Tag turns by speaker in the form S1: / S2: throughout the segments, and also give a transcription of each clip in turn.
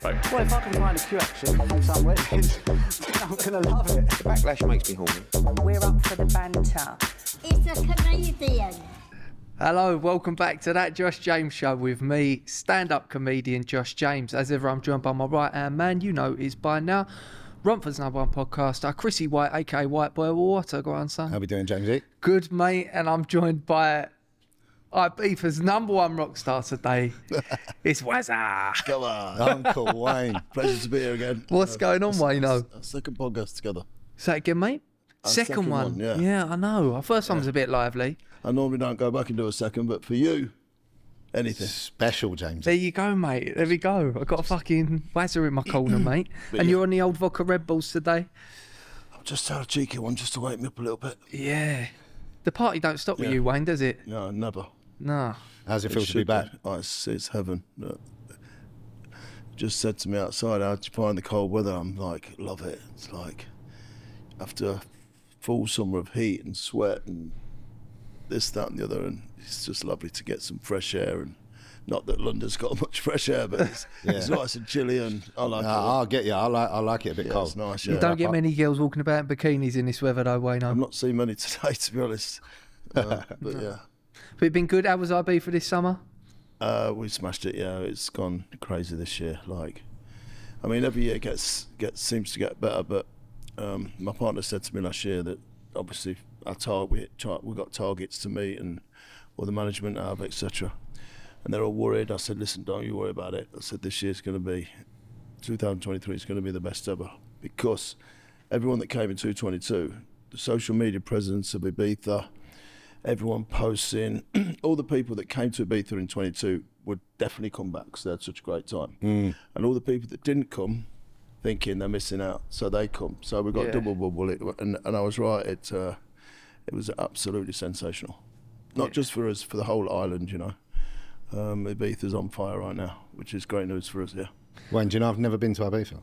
S1: Bye.
S2: Well, if I can find a Q action from somewhere, then I'm going to love it.
S3: The backlash makes me horny.
S4: We're up for the banter.
S5: It's a comedian.
S6: Hello, welcome back to that Josh James show with me, stand up comedian Josh James. As ever, I'm joined by my right hand man, you know is by now, Romford's number one podcaster, Chrissy White, aka White Boy Water, go on, son.
S7: How we doing, Jamesy?
S6: Good, mate, and I'm joined by IBFA's number one rock star today. it's Wazza.
S8: Come on.
S7: Uncle Wayne, pleasure to be here again.
S6: What's going on, Wayno?
S8: Our Uh, second podcast together.
S6: Say it again, mate. Second,
S8: second
S6: one.
S8: one, yeah.
S6: I know. Our first one was a bit lively.
S8: I normally don't go back and do a second, but for you, anything.
S7: Special, James.
S6: There you go, mate. There we go. I got a fucking Wazza in my corner, mate. and you're on the old vodka Red Bulls today.
S8: I've just had a cheeky one just to wake me up a little bit.
S6: Yeah. The party don't stop with
S8: Yeah.
S6: you, Wayne, does it?
S8: No, never.
S6: No.
S7: How's it feel to be
S8: Should
S7: back?
S8: Oh, it's, it's heaven. Look. Just said to me outside, how'd you find the cold weather? I'm like, love it. It's like, after a full summer of heat and sweat and this, that, and the other, and it's just lovely to get some fresh air. And not that London's got much fresh air, but it's, it's nice and chilly, and I like
S7: Nah, I'll get you. I like, I like it a bit
S8: it.
S7: cold.
S8: It's nice. Yeah.
S6: Don't get many girls walking about in bikinis in this weather, though, Wayne.
S8: I've
S6: But
S8: not seen many today, to be honest. Uh, but yeah,
S6: it's been good. How was IB for this summer?
S8: uh, we smashed it. Yeah, it's gone crazy this year. Like, I mean, every year gets gets seems to get better. But um, my partner said to me last year that obviously our target we, hit tar- we got targets to meet and or the management have etc. And they're all worried. I said, listen, don't you worry about it. I said this year's going to be 2023 is going to be the best ever because everyone that came in 222, the social media presence of Ibiza, everyone posting, all the people that came to Ibiza in 22 would definitely come back because they had such a great time. And all the people that didn't come, thinking they're missing out, so they come. So we got
S6: Yeah.
S8: double bubble, it, and, and I was right. It uh, it was absolutely sensational, not just for us, for the whole island, you know. Um, Ibiza's on fire right now, which is great news for us here.
S7: Wayne, do you know I've never been to Ibiza?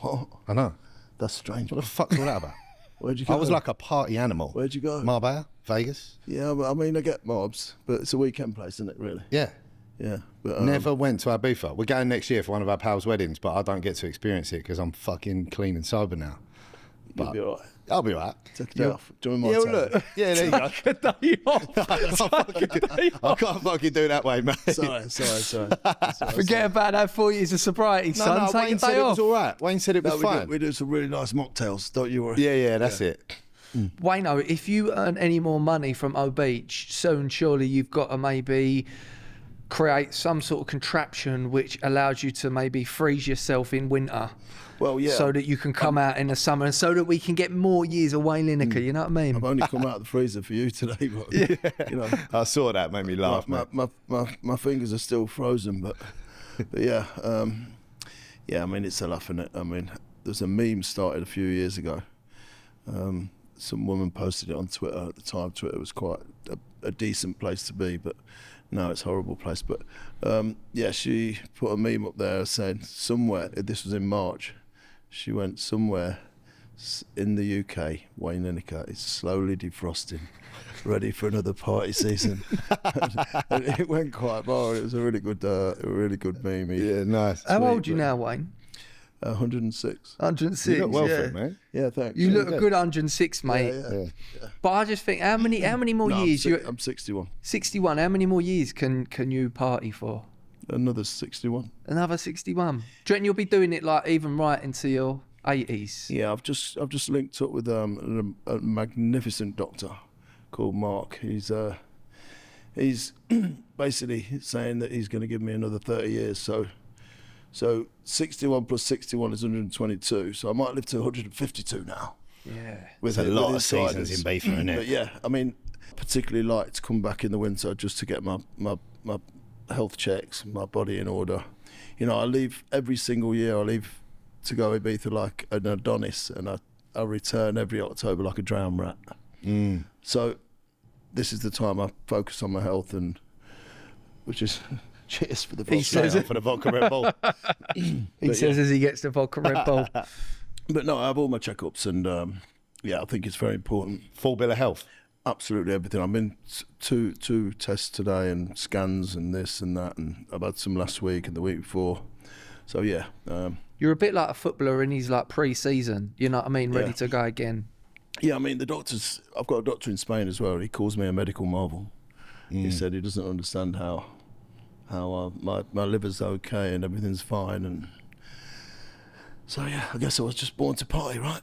S8: What?
S7: I know.
S8: That's strange.
S7: What the fuck's all that about?
S8: Where'd you go?
S7: I was like a party animal.
S8: Where'd you go?
S7: Marbella, Vegas.
S8: yeah, but I mean, I get mobs, but it's a weekend place, isn't it? Really?
S7: Yeah.
S8: Yeah. But um,
S7: Never went to Ibiza. We're going next year for one of our pals' weddings, but I don't get to experience it because I'm fucking clean and sober now.
S8: You'll be all right.
S7: I'll be right.
S8: Take it off. Join my
S7: Yeah,
S8: team.
S7: well, look. Yeah, there you go.
S6: Day off.
S7: I can't fucking- I can't fucking do that way, mate.
S8: Sorry, sorry, sorry. sorry
S6: Forget about that four years of sobriety,
S7: No,
S6: son.
S7: no,
S6: Take
S7: Wayne
S6: a day
S7: said it
S6: off.
S7: was all right. Wayne said it was
S8: sorry. No, we,
S7: fine.
S8: do, we do some really nice mocktails. Don't you worry.
S7: Yeah, yeah, that's it.
S6: Wayno, if you earn any more money from O Beach, soon surely you've got to maybe create some sort of contraption which allows you to maybe freeze yourself in winter
S8: Well, yeah.
S6: so that you can come
S7: Um,
S6: out in the summer and so that we can get more years of Wayne
S7: Mm.
S6: Lineker, you know what I mean?
S8: I've only come out of the freezer for you today, but you know,
S7: I saw that, made me
S8: my,
S7: laugh,
S8: my,
S7: mate.
S8: my, my, my fingers are still frozen, but but yeah, um, yeah. I mean, it's a laugh, is it? I mean, there's a meme started a few years ago. Um, some woman posted it on Twitter at the time. Twitter was quite a, a decent place to be, but now it's a horrible place. But um, yeah, she put a meme up there saying somewhere. This was in March. She went somewhere s- in the UK. Wayne Lineker is slowly defrosting, ready for another party season. and it went quite viral. It was a really good, uh, a really good meme.
S7: Yeah, nice.
S6: How
S8: sweet,
S6: old you
S8: but-
S6: now, Wayne?
S8: 106.
S6: 106.
S7: You look well
S6: yeah.
S7: for eh? it, mate.
S8: Yeah, thanks.
S6: You
S8: Yeah,
S6: look a
S8: yeah.
S6: good 106, mate.
S7: Yeah.
S6: But I just think, how many how many more
S8: No, I'm,
S6: years?
S8: si-
S6: You're
S8: I'm 61.
S6: 61. How many more years can can you party for?
S8: Another 61.
S6: Another 61. Do you reckon you'll be doing it like even right into your 80s?
S8: Yeah, I've just I've just linked up with um, a, a magnificent doctor called Mark. He's uh, he's basically saying that he's going to give me another 30 years. So so 61 plus 61 is 122. So I might live to 152 now.
S6: Yeah.
S8: With
S7: There's a
S8: it-
S7: lot
S8: with
S7: of seasons
S8: insiders.
S7: in Beef, isn't
S8: But
S7: it?
S8: yeah, I mean, particularly like to come back in the winter just to get my my my health checks, my body in order. You know, I leave every single year. I leave to go Ibiza like an Adonis, and I I return every October like a drowned rat.
S7: Mm.
S8: So this is the time I focus on my health and, which is cheers for the
S6: He
S8: podcast.
S6: says,
S7: For the vodka Red Bull.
S6: he says as he gets the vodka Red Bull.
S8: But no, I have all my checkups, and um, yeah, I think it's very important.
S7: Full bill of health.
S8: absolutely everything. I've been t- two two tests today and scans and this and that, and I've had some last week and the week before. So yeah, um,
S6: You're a bit like a footballer in his like pre-season. You know what I mean? Ready
S8: Yeah.
S6: to go again.
S8: yeah. I mean, the doctors. I've got a doctor in Spain as well. He calls me a medical marvel. He said he doesn't understand how how uh, my my liver's okay and everything's fine. And so yeah, I guess I was just born to party, right?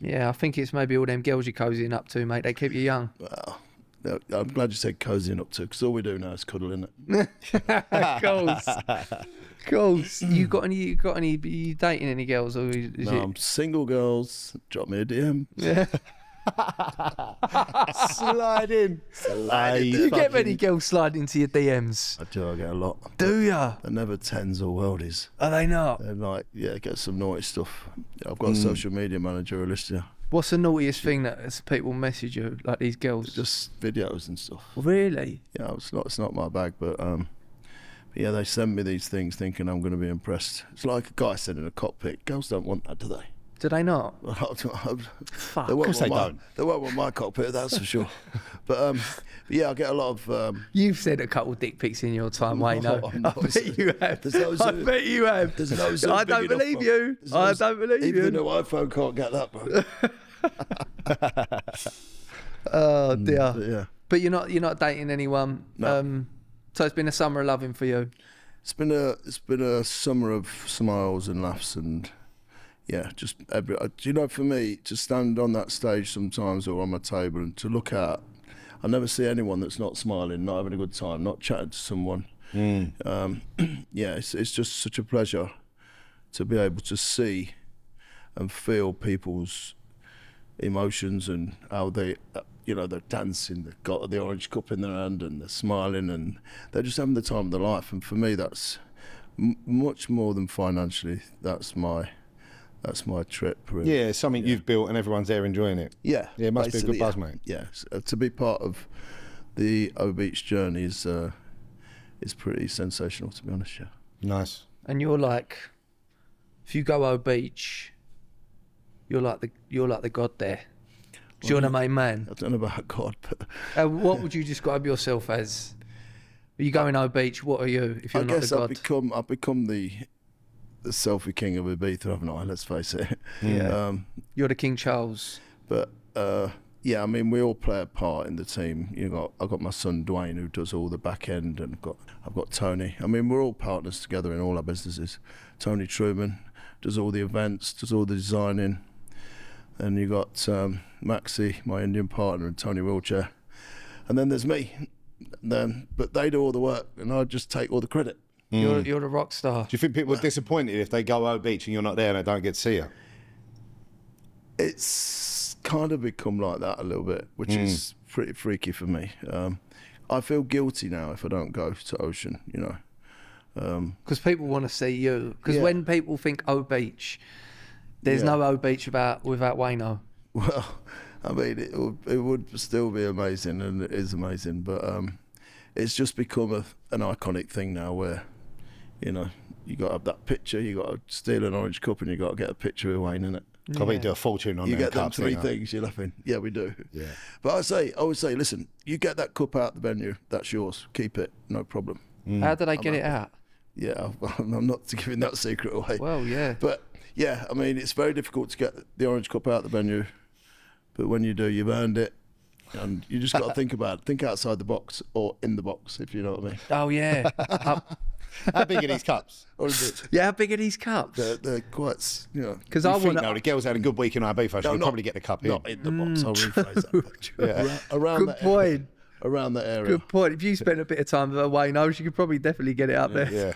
S6: Yeah, I think it's maybe all them girls you're cozying up to, mate. They keep you young.
S8: Well, no, I'm glad you said cozying up to, because all we do now is cuddle, innit? it?
S6: of course, of course. You got any? You got any? You dating any girls? Or is is
S8: no, I'm single, girls. Drop me a DM.
S7: Slide in.
S8: I,
S6: it? Do you get many girls sliding into your DMs?
S8: I do. I get a lot.
S6: Do ya?
S8: They're never tens or worldies.
S6: Are they not?
S8: They're like, yeah, get some naughty stuff. Yeah, I've got a social media manager, Alicia.
S6: What's the naughtiest thing that s- people message you like these girls? "Oh,
S8: Just videos and stuff.
S6: really?
S8: Yeah, it's not it's not my bag, but um, but yeah, they send me these things thinking I'm going to be impressed. It's like a guy sitting in a cockpit. Girls don't want that, do they?
S6: Do they not?
S8: They won't
S7: course
S8: want
S7: they
S8: my,
S7: don't.
S8: They won't want my cockpit, that's for sure. But, um, but yeah, I get a lot of. Um,
S6: You've sent a couple of dick pics in your time, Wayne.
S8: No,
S6: no?
S8: I'm
S6: I
S8: not.
S6: bet you have.
S8: There's no
S6: I
S8: zoo-
S6: bet you have.
S8: there's no zoo
S6: I
S8: big
S6: don't
S8: enough,
S6: believe
S8: bro.
S6: you.
S8: There's no
S6: I
S8: zoo-
S6: don't believe
S8: Even
S6: you.
S8: an iPhone can't get that, bro.
S6: Oh dear.
S8: but yeah.
S6: But you're not you're not dating anyone. Um, so it's been a summer of loving for you.
S8: It's been a it's been a summer of smiles and laughs and yeah, just every. uh, Do you know? For me, to stand on that stage sometimes or on my table and to look at, I never see anyone that's not smiling, not having a good time, not chatting to someone. Um, yeah, it's it's just such a pleasure to be able to see and feel people's emotions and how they, uh, you know, they're dancing, they've got the orange cup in their hand and they're smiling and they're just having the time of their life. And for me, that's m- much more than financially. That's my that's my trip. Really.
S7: Yeah, it's something you've built and everyone's there enjoying it.
S8: yeah,
S7: Yeah, it must be a
S8: basically,
S7: good buzz,
S8: yeah.
S7: mate.
S8: Yeah, S- uh, to be part of the O Beach journey is uh, is pretty sensational, to be honest. Yeah.
S7: Nice.
S6: And you're like, if you go O Beach, you're like the you're like the god there. 'Cause You're the main man.
S8: I don't know about God, but
S6: Uh, what would you describe yourself as? Are you going O Beach? What are you? If you're
S8: I
S6: not
S8: guess
S6: the god,
S8: I've become I've become the the selfie king of Ibiza, haven't I? Let's face it.
S7: Yeah.
S8: Um,
S6: you're the King Charles.
S8: but uh, yeah, I mean, we all play a part in the team. You got I've got my son Dwayne who does all the back end, and I've got I've got Tony. I mean, we're all partners together in all our businesses. Tony Truman does all the events, does all the designing, and you got um, Maxi, my Indian partner, and Tony Wilcher, and then there's me. Then, but they do all the work, and I just take all the credit. Mm.
S6: You're you're the rock star.
S7: Do you think people are disappointed if they go O Beach and you're not there and they don't get to see you?
S8: it's kind of become like that a little bit, which is pretty freaky for me. Um, I feel guilty now if I don't go to Ocean, you know.
S6: Because people want to see you. Because
S8: Yeah.
S6: when people think O Beach, there's
S8: Yeah.
S6: no O Beach without without Wayno.
S8: Well, I mean, it would, it would still be amazing, and it is amazing, but um, it's just become a, an iconic thing now where, you know, you got to have that picture, you got to steal an orange cup, and you got to get a picture with Wayne in it.
S7: Can we do a fortune on
S8: You
S7: them
S8: get them
S7: cups,
S8: three
S7: you know?
S8: things, you're laughing. Yeah, we do.
S7: Yeah.
S8: But I say, I would say, listen, you get that cup out the venue, that's yours, keep it, no problem.
S6: How did I get it out?
S8: yeah, I'm not giving that secret away.
S6: Well, yeah.
S8: But yeah, I mean, it's very difficult to get the Orange Cup out the venue, but when you do, you've earned it, and you just got to think about it. think outside the box or in the box, if you know what I mean.
S6: Oh yeah. Uh,
S7: How big are these cups?
S8: Or is it-
S6: yeah. How big are these cups?
S8: they're, they're quite, s- you know,
S6: Because
S7: You
S6: I
S7: think,
S6: want
S7: no, the girls had a good week in Ibiza. She'll
S8: not-
S7: probably get the cup in.
S8: not in the box. I'll rephrase that. but Around,
S6: Mm.
S8: around
S6: Good
S8: that
S6: point.
S8: Area, around that area.
S6: Good point. If you spend a bit of time with Wayne Owens, you could probably definitely get it up there.
S7: Yeah.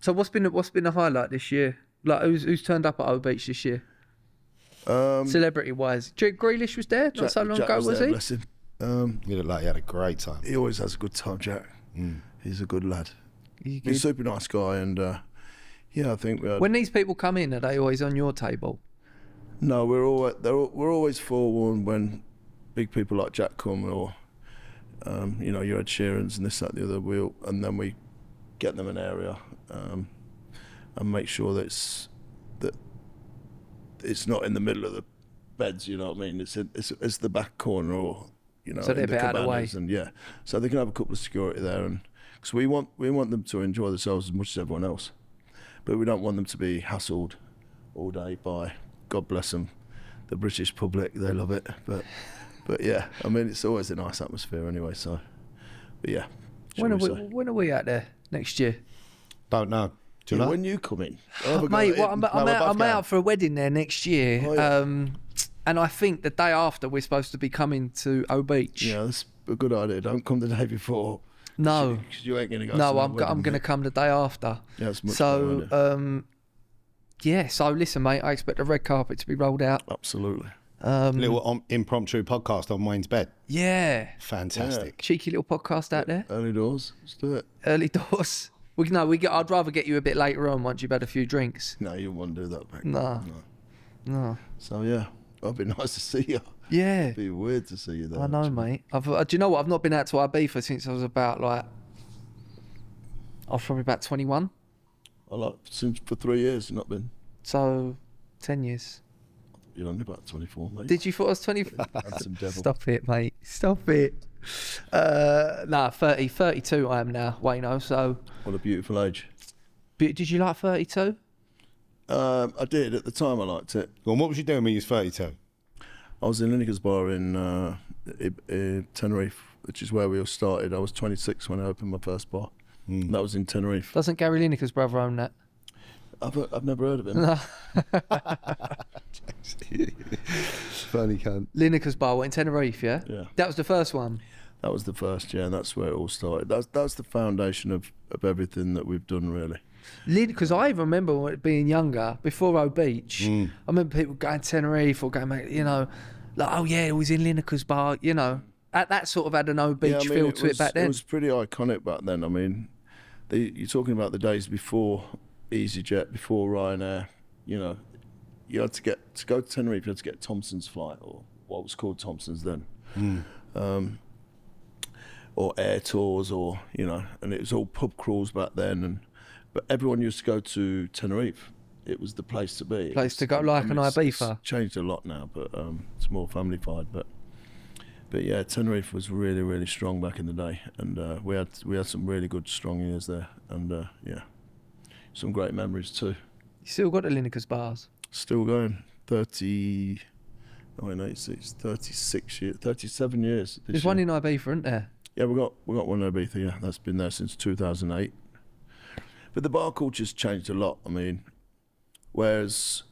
S6: So what's been what's been the highlight this year? Like who's who's turned up at O Beach this year?
S8: Um,
S6: Celebrity wise, Jack Grealish was there not
S8: Jack-
S6: so long
S8: Jack
S6: ago, was,
S8: there,
S6: he?
S8: bless him. Um,
S7: You look like you had a great time.
S8: he always has a good time, Jack.
S6: Mm.
S8: He's a good lad.
S6: You
S8: He's a
S6: could-
S8: super nice guy, and uh, yeah, I think we had,
S6: When these people come in, are they always on your table?
S8: No, we're always they're, al- we're always forewarned when big people like Jack come or um, you know your Ed Sheerans and this that the other. We will and then we get them an area um, and make sure that it's that it's not in the middle of the beds. You know what I mean? It's in, it's, it's the back corner or you know
S6: So they're
S8: in the
S6: a bit out of the way.
S8: cabanas and yeah, so they can have a couple of security there and because we want we want them to enjoy themselves as much as everyone else. but we don't want them to be hassled all day by God bless them, the British public. They love it, but but yeah, I mean it's always a nice atmosphere anyway. So, but yeah, shall
S6: When are we,
S8: say.
S6: when are we out there next year?
S7: Don't know. Do you
S8: Yeah,
S7: know?
S8: when you come in, Have a go
S6: Mate,
S8: at
S6: well,
S8: it.
S6: I'm,
S7: no,
S6: I'm,
S7: we're
S6: out,
S7: both
S6: I'm
S7: going.
S6: out for a wedding there next year.
S8: Oh, yeah.
S6: um, and I think the day after we're supposed to be coming to O Beach.
S8: yeah, that's a good idea. Don't come the day before.
S6: No.
S8: because you ain't gonna go. to
S6: No,
S8: my
S6: I'm, go- I'm
S8: wedding,
S6: going to
S8: mate.
S6: come the day after.
S8: Yeah, it's much
S6: so,
S8: better
S6: um, yeah, so listen, mate, I expect the red carpet to be rolled out.
S8: Absolutely.
S7: Little um, impromptu podcast on Wayne's bed.
S6: Yeah.
S7: Fantastic.
S6: Cheeky little podcast out there.
S8: Early doors. Let's do it.
S6: Early doors. We, no, we get, I'd rather get you a bit later on once you've had a few drinks.
S8: No, you won't do that, mate.
S6: No. No.
S8: So yeah, it'd be nice to see you.
S6: Yeah.
S8: It'd be weird to see you there.
S6: I know, mate. I've, uh, do you know what? I've not been out to Ibiza since I was about like, I was probably about 21,
S8: I like since for three years you've not been.
S6: so 10 years.
S8: You're only about 24, mate.
S6: Did you thought I was 20?
S8: Handsome devil.
S6: Stop it, mate. Stop it. Uh, nah, 30, 32 I am now, Wayno. So,
S8: What a beautiful age.
S6: but did you like 32?
S8: Um, I did at the time. I liked it.
S7: Well, what was you doing when you was 32?
S8: I was in Lineker's bar in uh, I- I- Tenerife, which is where we all started. I was 26 when I opened my first bar. That was in Tenerife.
S6: Doesn't Gary Lineker's brother own that?
S8: I've, I've never heard of him.
S7: Funny cunt.
S6: Lineker's bar what, in Tenerife, yeah?
S8: Yeah.
S6: That was the first one.
S8: That was the first, yeah, and that's where it all started. That's that's the foundation of, of everything that we've done, really.
S6: Because I remember when- being younger, before O Beach,
S8: Hmm.
S6: I remember people going to Tenerife or going, mate, you know, like, oh yeah, it was in Lineker's bar, you know. At that sort of had an O Beach
S8: yeah, I mean,
S6: feel to
S8: was,
S6: it back then.
S8: It was pretty iconic back then. I mean, the, you're talking about the days before EasyJet, before Ryanair. You know, you had to get to go to Tenerife. You had to get Thompson's flight, or what was called Thompson's then,
S6: Hmm.
S8: um, or air tours, or you know, and it was all pub crawls back then. And but everyone used to go to Tenerife. It was the place to be.
S6: Place
S8: It's-
S6: to go, like an
S8: it's- it's
S6: Ibiza.
S8: changed a lot now, but um, it's more family-fied. But but yeah, Tenerife was really, really strong back in the day, and uh, we had we had some really good, strong years there, and uh, yeah, some great memories too.
S6: you still got the Lineker's bars.
S8: Still going, 30, 1986, 36 years, 37 years. This
S6: There's
S8: year.
S6: one in Ibiza, isn't there?
S8: yeah, we got we got one in Ibiza. Yeah, that's been there since 2008. But the bar culture's changed a lot. I mean, whereas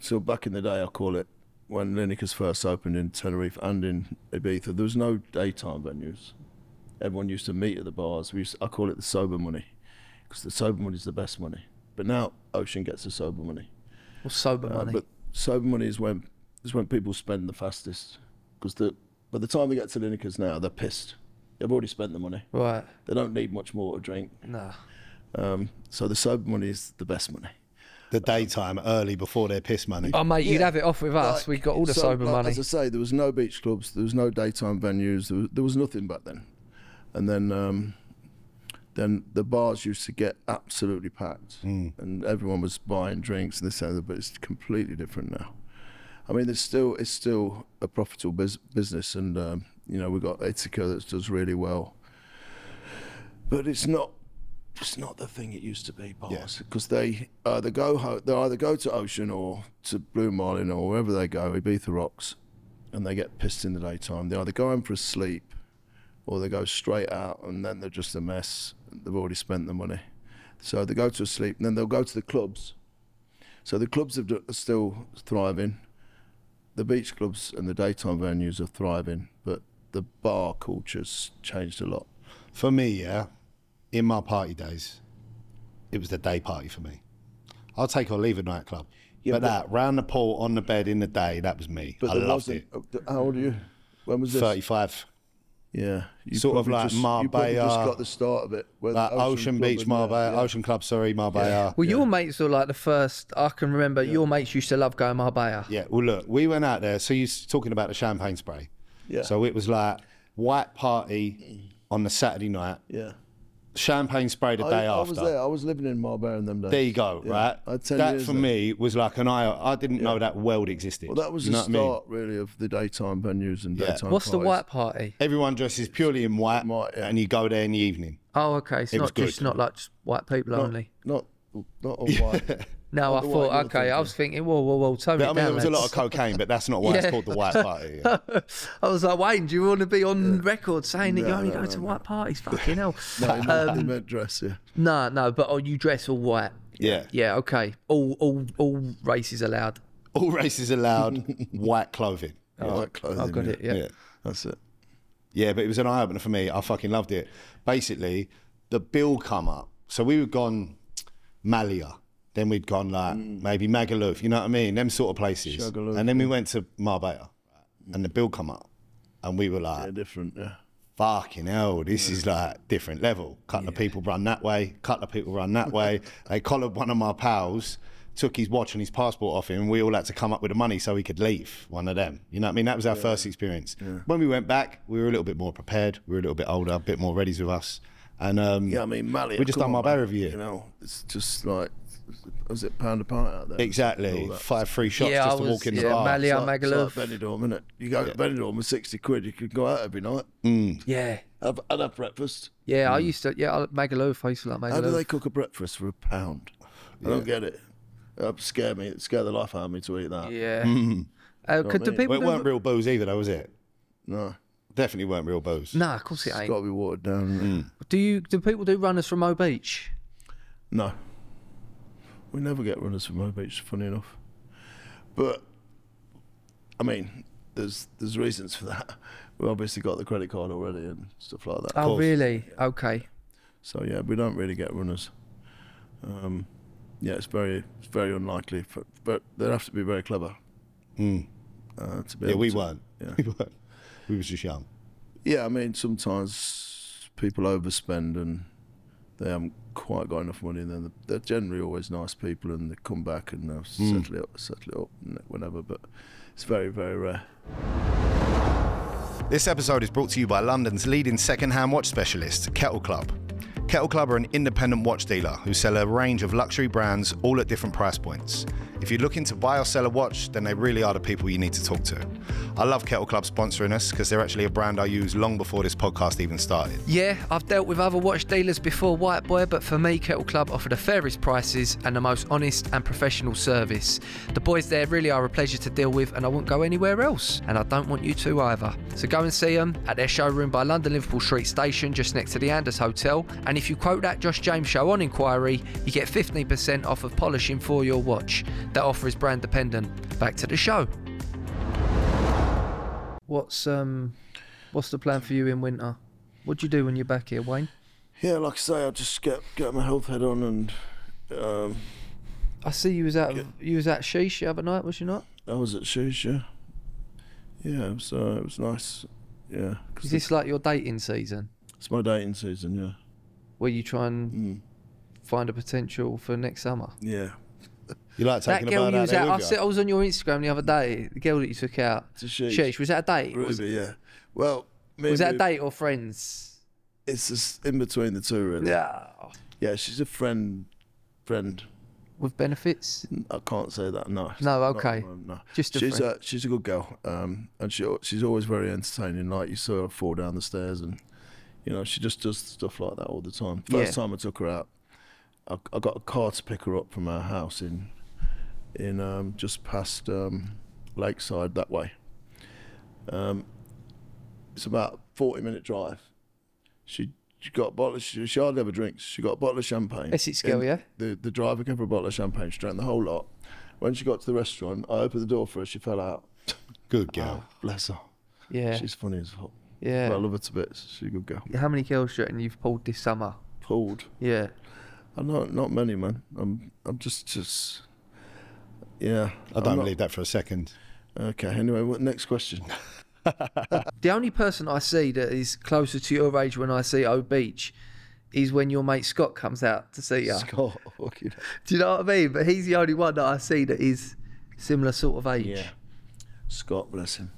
S8: so back in the day, I call it when Lineker's first opened in Tenerife and in Ibiza, there was no daytime venues. Everyone used to meet at the bars. We used I call it the sober money because the sober money's the best money. But now Ocean gets the sober money.
S6: Or sober
S8: Uh,
S6: money.
S8: but sober money is when is when people spend the fastest because the by the time they get to Lineker's now, they're pissed. They've already spent the money.
S6: right.
S8: They don't need much more to drink.
S6: Nah.
S8: Um, so the sober money is the best money.
S7: The daytime, early before their piss money.
S6: Oh mate, you'd have it off with us.
S8: Like,
S6: we got all the
S8: so,
S6: sober
S8: like,
S6: money.
S8: As I say, there was no beach clubs. There was no daytime venues. There was, there was nothing back then. And then um, then the bars used to get absolutely packed, and everyone was buying drinks and this and that. But it's completely different now. I mean, there's still it's still a profitable bus- business, and um, you know we've got Ithaca that does really well, but it's not it's not the thing it used to be, bars, because they either go ho- they either go to Ocean or to Blue Marlin or wherever they go, Ibiza Rocks, and they get pissed in the daytime. They either go in for a sleep, or they go straight out, and then they're just a mess. They've already spent the money, so they go to a sleep, and then they'll go to the clubs. So the clubs have d- are still thriving the beach clubs and the daytime venues are thriving, but the bar culture's changed a lot.
S7: For me, yeah, in my party days, it was the day party for me. I'll take or leave a nightclub. but, that, round the pool, on the bed, in the day, that was me.
S8: But
S7: I
S8: there
S7: loved
S8: wasn't.
S7: it.
S8: How old are you? When was this?
S7: 35.
S8: Yeah, you
S7: Sort of
S8: probably
S7: like
S8: just, You probably just
S7: Marbella,
S8: got the start of it. where the
S7: Like Ocean,
S8: Club
S7: Beach,
S8: and, uh,
S7: Marbella,
S8: yeah.
S7: Ocean Club, sorry, Marbella.
S6: well, your mates were like the first. I can remember your mates used to love going Marbella.
S7: Yeah, well, look, we went out there. So you're talking about the champagne spray.
S8: Yeah.
S7: So it was like white party on the Saturday night,
S8: Yeah.
S7: champagne spray the
S8: I,
S7: day
S8: I
S7: after.
S8: was there. I was living in Marbella in them days.
S7: There you go,
S8: Yeah.
S7: right?
S8: I had 10
S7: That
S8: years
S7: for
S8: there.
S7: me was like an eye. I didn't know that world existed.
S8: Well, that was
S7: you
S8: the
S7: know
S8: start,
S7: what I mean?
S8: really, of the daytime venues and
S7: Yeah.
S8: daytime.
S6: What's the
S8: parties.
S6: white party?
S7: Everyone dresses purely in white,
S8: White, yeah.
S7: and you go there in the evening.
S6: Oh, okay. It's
S7: It was
S6: not just
S7: good.
S6: not like just white people
S8: Not,
S6: only.
S8: not not all white.
S6: No, I
S8: the white
S6: thought,
S8: you're
S6: okay, I
S8: thinking.
S6: was thinking, whoa, whoa, whoa, tone
S7: I
S6: it
S7: mean,
S6: down,
S7: there was a lot of
S6: lads.
S7: cocaine, but that's not why it's
S6: Yeah.
S7: called the white party. yeah.
S6: I was like, Wayne, do you want to be on record saying that you
S8: No,
S6: only
S8: no,
S6: go
S8: no,
S6: to
S8: no.
S6: white parties? Fucking hell.
S8: no, in the-
S6: Um,
S8: in that dress, yeah.
S6: no, no, but oh, you dress all white.
S7: Yeah.
S6: Yeah, okay. All, all, all races allowed.
S7: All races allowed, white clothing.
S8: White clothing.
S6: I got
S8: Oh, yeah.
S6: it. Yeah.
S7: Oh, yeah.
S8: That's it.
S7: Yeah, but it was an eye opener for me. I fucking loved it. Basically, the bill come up. So we had gone Malia, then we'd gone like maybe Magaluf, you know what I mean? Them sort of places.
S8: Shagaloof,
S7: and then we went to Marbella, and the bill come up, and we were like,
S8: Yeah, different. Yeah.
S7: fucking hell, this is like different level. Couple of people run that way, couple of people run that way. they collared one of my pals, took his watch and his passport off him. We all had to come up with the money so he could leave. One of them, you know what I mean? That was our first experience. When we went back, we were a little bit more prepared. We were a little bit older, a bit more ready with us. And um,
S8: Yeah, I mean, Mali.
S7: we just
S8: come
S7: done
S8: on,
S7: Marbella
S8: man,
S7: review.
S8: You know, it's just like, is it pound a pint out there?
S7: exactly
S8: All that.
S7: five free shots
S6: Yeah, I
S7: just to
S6: was-
S7: walk in the
S6: yeah,
S7: bar.
S6: Mali- Yeah,
S8: Oh, It's like, it's
S6: Magaluf.
S8: like Benidorm, innit? You go to Benidorm with 60 quid, you could go out every night,
S6: Yeah.
S8: have, and have breakfast.
S6: Yeah, I used to, yeah, I- Magaluf, I used to like Magaluf.
S8: How do they cook a breakfast for a pound? I don't get it. It'd scare me. It'd scare the life out of me to eat that.
S6: Yeah. Uh, could the
S8: mean?
S6: people
S7: Well, it
S6: do-
S7: weren't real booze either, though, was it?
S8: No,
S7: Definitely weren't real booze.
S6: Nah, of course it
S8: it's
S6: ain't.
S8: got to be watered down. innit?
S6: Do you? Do people do runners from O Beach?
S8: No. We never get runners from my beach, funny enough. But I mean, there's there's reasons for that. We obviously got the credit card already and stuff like that.
S6: Oh, really? Okay.
S8: So yeah, we don't really get runners. Um, yeah, it's very it's very unlikely, for, but they'd have to be very clever uh, to be.
S7: Hmm. Yeah,
S8: able
S7: we
S8: to-
S7: weren't.
S8: Yeah.
S7: We weren't. We was just young.
S8: Yeah, I mean, sometimes people overspend and they haven't quite got enough money, and then they're generally always nice people, and they come back and they'll
S7: Hmm.
S8: settle it up, settle it up, and whenever. But it's very, very rare.
S7: This episode is brought to you by London's leading second-hand watch specialist, Kettle Club. Kettle Club are an independent watch dealer who sell a range of luxury brands all at different price points. If you're looking to buy or sell a watch, then they really are the people you need to talk to. I love Kettle Club sponsoring us because they're actually a brand I used long before this podcast even started.
S6: Yeah, I've dealt with other watch dealers before White Boy, but for me, Kettle Club offer the fairest prices and the most honest and professional service. The boys there really are a pleasure to deal with, and I won't go anywhere else, and I don't want you to either. So go and see them at their showroom by London Liverpool Street Station, just next to the Anders Hotel. And if you quote that Josh James show on inquiry, you get 15% off of polishing for your watch. That offer is brand dependent. Back to the show. What's um, what's the plan for you in winter? What do you do when you're back here, Wayne?
S8: Yeah, like I say, I just get get my health head on, and um,
S6: I see you was at you was at Sheesh the other night, was you not?
S8: I was at shoes, yeah. Yeah, so it was nice. Yeah,
S6: Is
S8: because
S6: this like your dating season
S8: it's my dating season. Yeah,
S6: where you try and find a potential for next summer?
S8: yeah.
S7: You like
S6: That
S7: taking a
S6: girl
S7: bird
S6: you
S7: out
S6: was
S7: there
S6: at, I,
S7: with
S6: see-
S7: you?
S6: I was on your Instagram the other day. The girl that you took out,
S8: To Sheesh.
S6: was that a date? Was,
S8: Ruby, yeah. Well, me
S6: was that
S8: and
S6: a
S8: Ruby-
S6: date or friends?
S8: It's just in between the two, really.
S6: Yeah,
S8: Yeah, she's a friend. Friend.
S6: with benefits.
S8: I can't say that. No.
S6: No,
S8: Not-
S6: okay.
S8: um, no.
S6: Just a
S8: she's
S6: friend.
S8: a she's a good girl. Um, and she she's always very entertaining. Like you saw her fall down the stairs, and you know she just does stuff like that all the time. First
S6: Yeah.
S8: time I took her out, I, I got a car to pick her up from her house in in um, just past um, Lakeside that way. Um, it's about forty minute drive. She. She got a bottle. Of, she, she hardly ever drinks. She got a bottle of champagne.
S6: Essex girl,
S8: in-
S6: yeah?
S8: the, the driver gave her a bottle of champagne. She drank the whole lot. When she got to the restaurant, I opened the door for her. She fell out.
S7: Good girl.
S6: Oh.
S8: Bless her.
S6: Yeah,
S8: She's funny as fuck.
S6: yeah.
S8: But I love her to bits. She's a good girl.
S6: How many girls do you reckon you've pulled this summer?
S8: Pulled.
S6: Yeah,
S8: I know, not many, man. I'm, I'm just, just, yeah.
S7: I don't believe that for a second.
S8: Okay. Anyway, what next question?
S6: The only person I see that is closer to your age when I see O Beach is when your mate Scott comes out to see you.
S8: Scott. Fucking hell.
S6: Do you know what I mean? But he's the only one that I see that is similar sort of age.
S8: Yeah. Scott, bless him.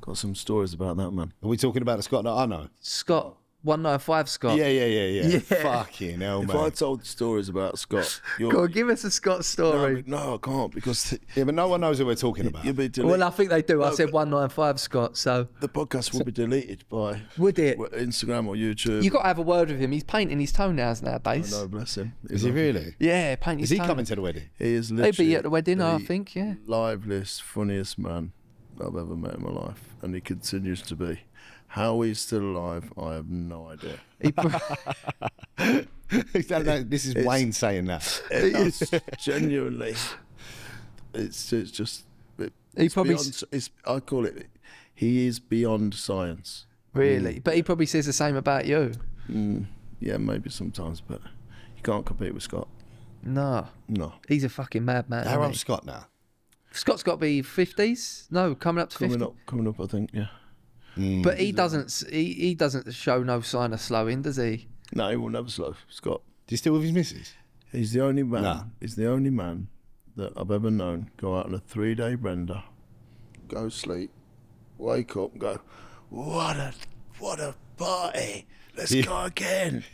S8: Got some stories about that man.
S7: Are we talking about the Scott that I know?
S6: Scott 195 Scott.
S7: Yeah, yeah, yeah, yeah.
S6: Oh. Yeah.
S7: Fucking hell,
S8: If
S7: man.
S8: I told stories about Scott, you're,
S6: Go on, give us a Scott
S8: no,
S6: story.
S8: no, I can't because
S7: yeah, but no one knows who we're talking about.
S8: you'll be deleted.
S6: well, I think they do. I
S8: No,
S6: said
S8: but-
S6: 195 Scott, so
S8: the podcast will be deleted by
S6: would it?
S8: well, Instagram or YouTube.
S6: you got to have a word with him. He's painting his toenails nowadays.
S8: no, bless him.
S7: Is he really?
S6: Yeah, painting his
S7: Is he
S6: toenails.
S7: coming to the wedding?
S8: He is
S6: They'd
S8: literally
S6: be at the wedding, I think, yeah.
S8: liveliest, funniest man I've ever met in my life, and he continues to be. How he's still alive, I have no idea.
S6: He br-
S7: Is that- that- this is Wayne saying that.
S8: It's genuinely, it's it's just. It,
S6: He
S8: it's
S6: probably s-
S8: Beyond, s- it's, I call it. He is beyond science.
S6: really, but he probably says the same about you.
S8: Yeah, maybe sometimes, but you can't compete with Scott.
S6: No,
S8: No.
S6: he's a fucking madman.
S7: How
S6: isn't
S7: old's
S6: he?
S7: Scott now?
S6: Scott's got to be 50s. No, coming up to 50.
S8: Coming up, coming up. I think. Yeah.
S6: But he doesn't. s- He, he doesn't show no sign of slowing, does he?
S8: No, he will never slow. Scott.
S7: Is he still with his missus?
S8: He's the only man.
S7: Nah.
S8: He's the only man that I've ever known go out on a three-day bender, go sleep, wake up, and go, what a what a party! Let's go again.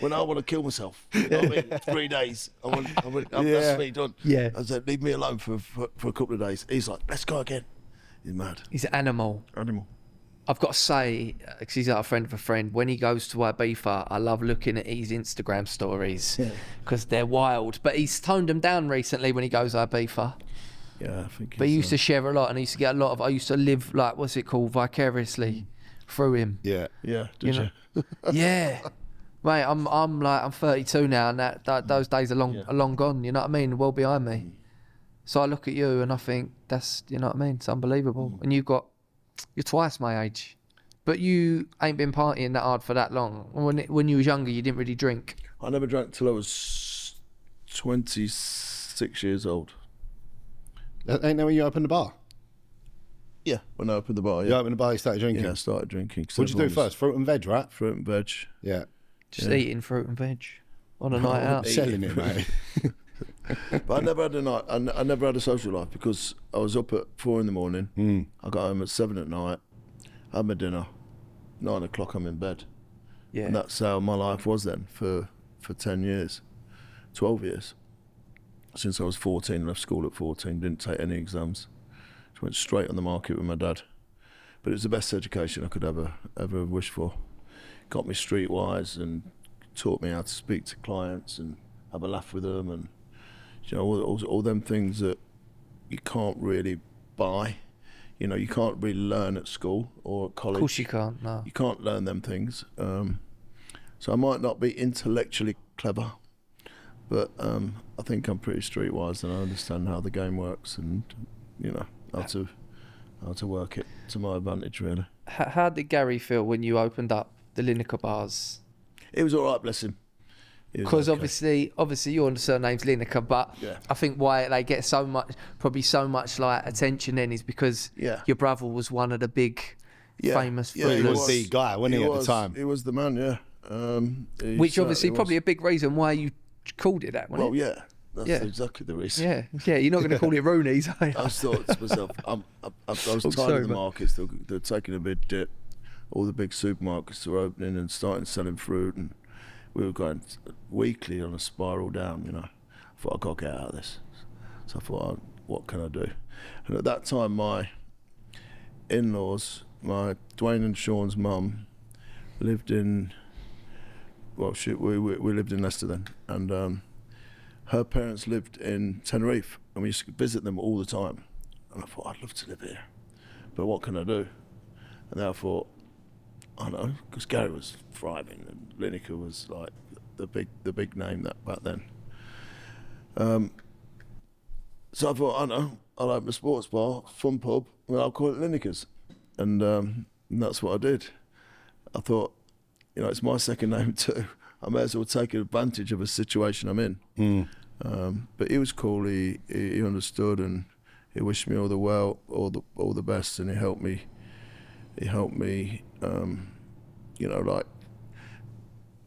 S8: when I want to kill myself, you know what I mean? three days. I want. I want I'm,
S7: Yeah.
S8: That's me done.
S6: Yeah.
S8: I said, leave me alone for, for for a couple of days. He's like, let's go again. He's mad.
S6: He's an animal.
S8: Animal.
S6: I've got to say, because he's our friend of a friend, when he goes to Ibiza, I love looking at his Instagram stories because they're wild. But he's toned them down recently when he goes Ibiza.
S8: Yeah, I think.
S6: But he
S8: he's,
S6: used
S8: uh,
S6: to share a lot, and he used to get a lot of. I used to live like what's it called, vicariously through him.
S7: Yeah.
S8: Yeah. Did you?
S6: know. Yeah. Mate, I'm I'm like I'm 32 now, and that, that those days are long are long gone. You know what I mean? Well behind me. So I look at you and I think that's you know what I mean. It's unbelievable. And you got you're twice my age, but you ain't been partying that hard for that long. When it, when you was younger, you didn't really drink.
S8: I never drank till I was twenty-six years old.
S7: That ain't that when you opened the bar?
S8: Yeah, when I opened the bar.
S7: You
S8: Yeah,
S7: opened the bar, you started drinking.
S8: yeah I started drinking. 'cause
S7: What'd you do
S8: everyone was
S7: first? Fruit and veg, right?
S8: Fruit and veg.
S7: Yeah.
S6: Just eating fruit and veg on a night out.
S7: Selling it, mate.
S8: But I never had a night. I, n- I never had a social life because I was up at four in the morning. Mm. I got home at seven at night. Had my dinner. Nine o'clock, I'm in bed. And
S6: Yeah.
S8: that's how my life was then for for ten years, twelve years. Since I was fourteen, left school at fourteen. Didn't take any exams. Just went straight on the market with my dad. But it was the best education I could ever ever wish for. Got me streetwise and taught me how to speak to clients and have a laugh with them and you know all, all, all them things that you can't really buy. You know you can't really learn at school or at college
S6: Of course you can't. No.
S8: you can't learn them things. Um, so I might not be intellectually clever, but um, I think I'm pretty streetwise and I understand how the game works and you know how to how to work it to my advantage. Really,
S6: How, how did Gary feel when you opened up the Lineker bars?
S8: it was all right. Bless him. He was
S6: Because
S8: okay.
S6: obviously, obviously, your surname's Lineker, but
S8: Yeah.
S6: I think why they get so much, probably so much like attention then is because
S8: Yeah.
S6: your brother was one of the big, famous
S8: yeah,
S7: he
S6: footballers,
S7: was the guy, wasn't he, at the
S8: was-
S7: time?
S8: He was the man. Yeah. Um, he
S6: which
S8: certainly
S6: obviously
S8: was.
S6: probably a big reason why you called it that. Wasn't
S8: well,
S6: it?
S8: yeah. That's
S6: Yeah.
S8: exactly the reason.
S6: yeah, yeah, You're not going to call it Rooney's. are you?
S8: I was thought to myself, I'm, I, I I was tired
S6: sorry,
S8: of the
S6: mate.
S8: markets. They're, they're taking a big dip. All the big supermarkets are opening and starting selling fruit, and we were going weekly on a spiral down. You know, I thought I got to get out of this. So I thought, oh, what can I do? And at that time, my in-laws, my Dwayne and Sean's mum, lived in. Well, shit, we, we we lived in Leicester then, and um, her parents lived in Tenerife, and we used to visit them all the time. And I thought, I'd love to live here, but what can I do? And then I thought, I don't know, because Gary was thriving, and Lineker was like the big, the big name that back then. Um, so I thought, I know, I'll open a sports bar, fun pub, and I'll call it Lineker's, and, um, and that's what I did. I thought, you know, it's my second name too. I may as well take advantage of a situation I'm in. Um, but he was cool. He, he he understood and he wished me all the well, all the all the best, and he helped me. He helped me. Um, you know, like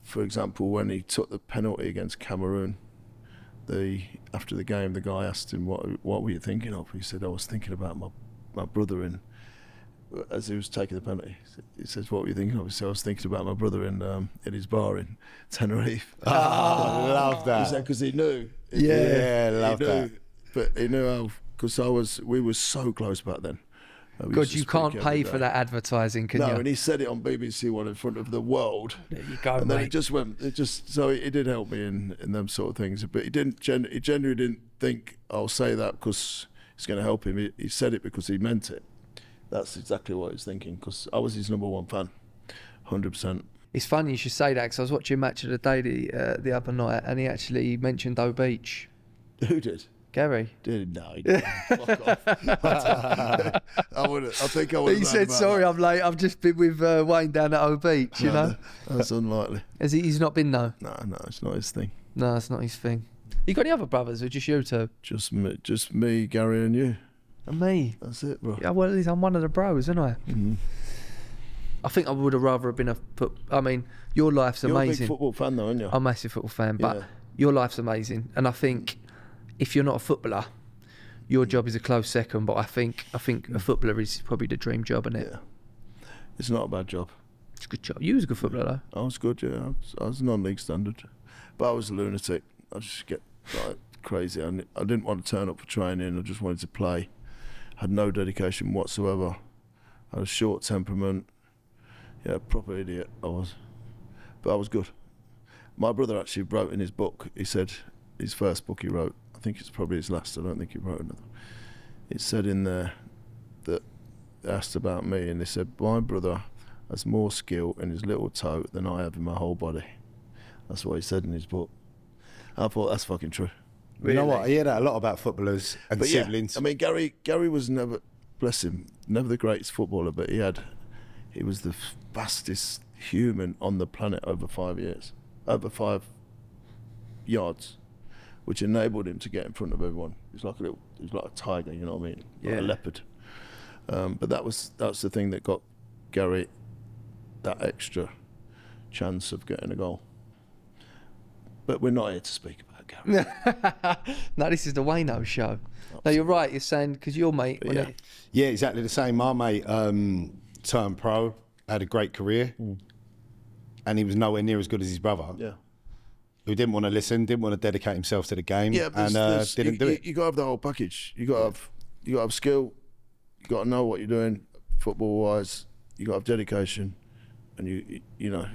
S8: for example, when he took the penalty against Cameroon, the after the game, the guy asked him, "What what were you thinking of?" He said, "I was thinking about my my brother in as he was taking the penalty, he says, "What were you thinking?" of?" Obviously, I was thinking about my brother in um, in his bar in Tenerife.
S7: Oh, love that.
S8: because he knew?
S7: Yeah,
S8: he
S7: love
S8: knew.
S7: that.
S8: But he knew how because I was we were so close back then. Uh, we
S6: God,
S8: used to
S6: you
S8: speak
S6: can't
S8: every
S6: pay
S8: day.
S6: for that advertising, can
S8: No,
S6: you?
S8: and he said it on BBC One in front of the world.
S6: There you go,
S8: and then
S6: mate.
S8: it just went. It just so it did help me in in them sort of things, but he didn't. Gen, he generally didn't think I'll say that because it's going to help him. He, he said it because he meant it. That's exactly what he was thinking because I was his number one fan, hundred percent.
S6: It's funny you should say that because I was watching Match of the Day the, uh, the other night and he actually mentioned O Beach.
S8: Who did?
S6: Gary.
S8: Did no, he didn't. fuck off. I would. I think I would.
S6: He said, sorry, I'm late. I've just been with uh, Wayne down at O Beach, you know?
S8: that's unlikely.
S6: Has he, he's not been, though.
S8: No, no, it's not his thing.
S6: No, that's not his thing. You got any other brothers or just you two?
S8: Just me, just me, Gary, and you.
S6: And me.
S8: That's it, bro.
S6: Yeah, well, at least I'm one of the bros, isn't I?
S8: Mm-hmm.
S6: I think I would have rather have been a foot. I mean, your life's
S8: You're a
S6: amazing. Um,
S8: big football fan, though, aren't you?
S6: I'm a massive football fan, but
S8: Yeah.
S6: your life's amazing. And I think if you're not a footballer, your job is a close second. But I think I think a footballer is probably the dream job, isn't it?
S8: Yeah. It's not a bad job.
S6: It's a good job. You was a good footballer, though.
S8: I was good, yeah. I was, I was non-league standard, but I was a lunatic. I just get like crazy. I, n- I didn't want to turn up for training. I just wanted to play. Had no dedication whatsoever. I had a short temperament. Yeah, proper idiot I was, but I was good. My brother actually wrote in his book. He said his first book he wrote. I think it's probably his last. I don't think he wrote another. It said in there that they asked about me, and they said my brother has more skill in his little toe than I have in my whole body. That's what he said in his book. I thought that's fucking true.
S7: You know what? I hear that a lot about footballers and
S8: But
S7: siblings.
S8: yeah, I mean Gary. Gary was never, bless him, never the greatest footballer, but he had, he was the fastest human on the planet over five years, over five yards, which enabled him to get in front of everyone. He was like a little, he was like a tiger, you know what I mean? Like
S6: Yeah.
S8: a leopard. Um, but that was that's the thing that got Gary that extra chance of getting a goal. But we're not here to speak about Gary.
S6: no, this is the Wayno show. No, you're right. You're saying because your mate, when
S8: yeah.
S6: it-
S7: Yeah, exactly the same. My mate um, turned pro, had a great career, and he was nowhere near as good as his brother,
S8: Yeah.
S7: who didn't want to listen, didn't want to dedicate himself to the game,
S8: Yeah, but
S7: and
S8: there's-
S7: uh,
S8: there's-
S7: didn't
S8: you,
S7: do
S8: you,
S7: it.
S8: You gotta have the whole package. You gotta have you gotta have skill. You gotta know what you're doing, football wise. You gotta have dedication, and you you, you know,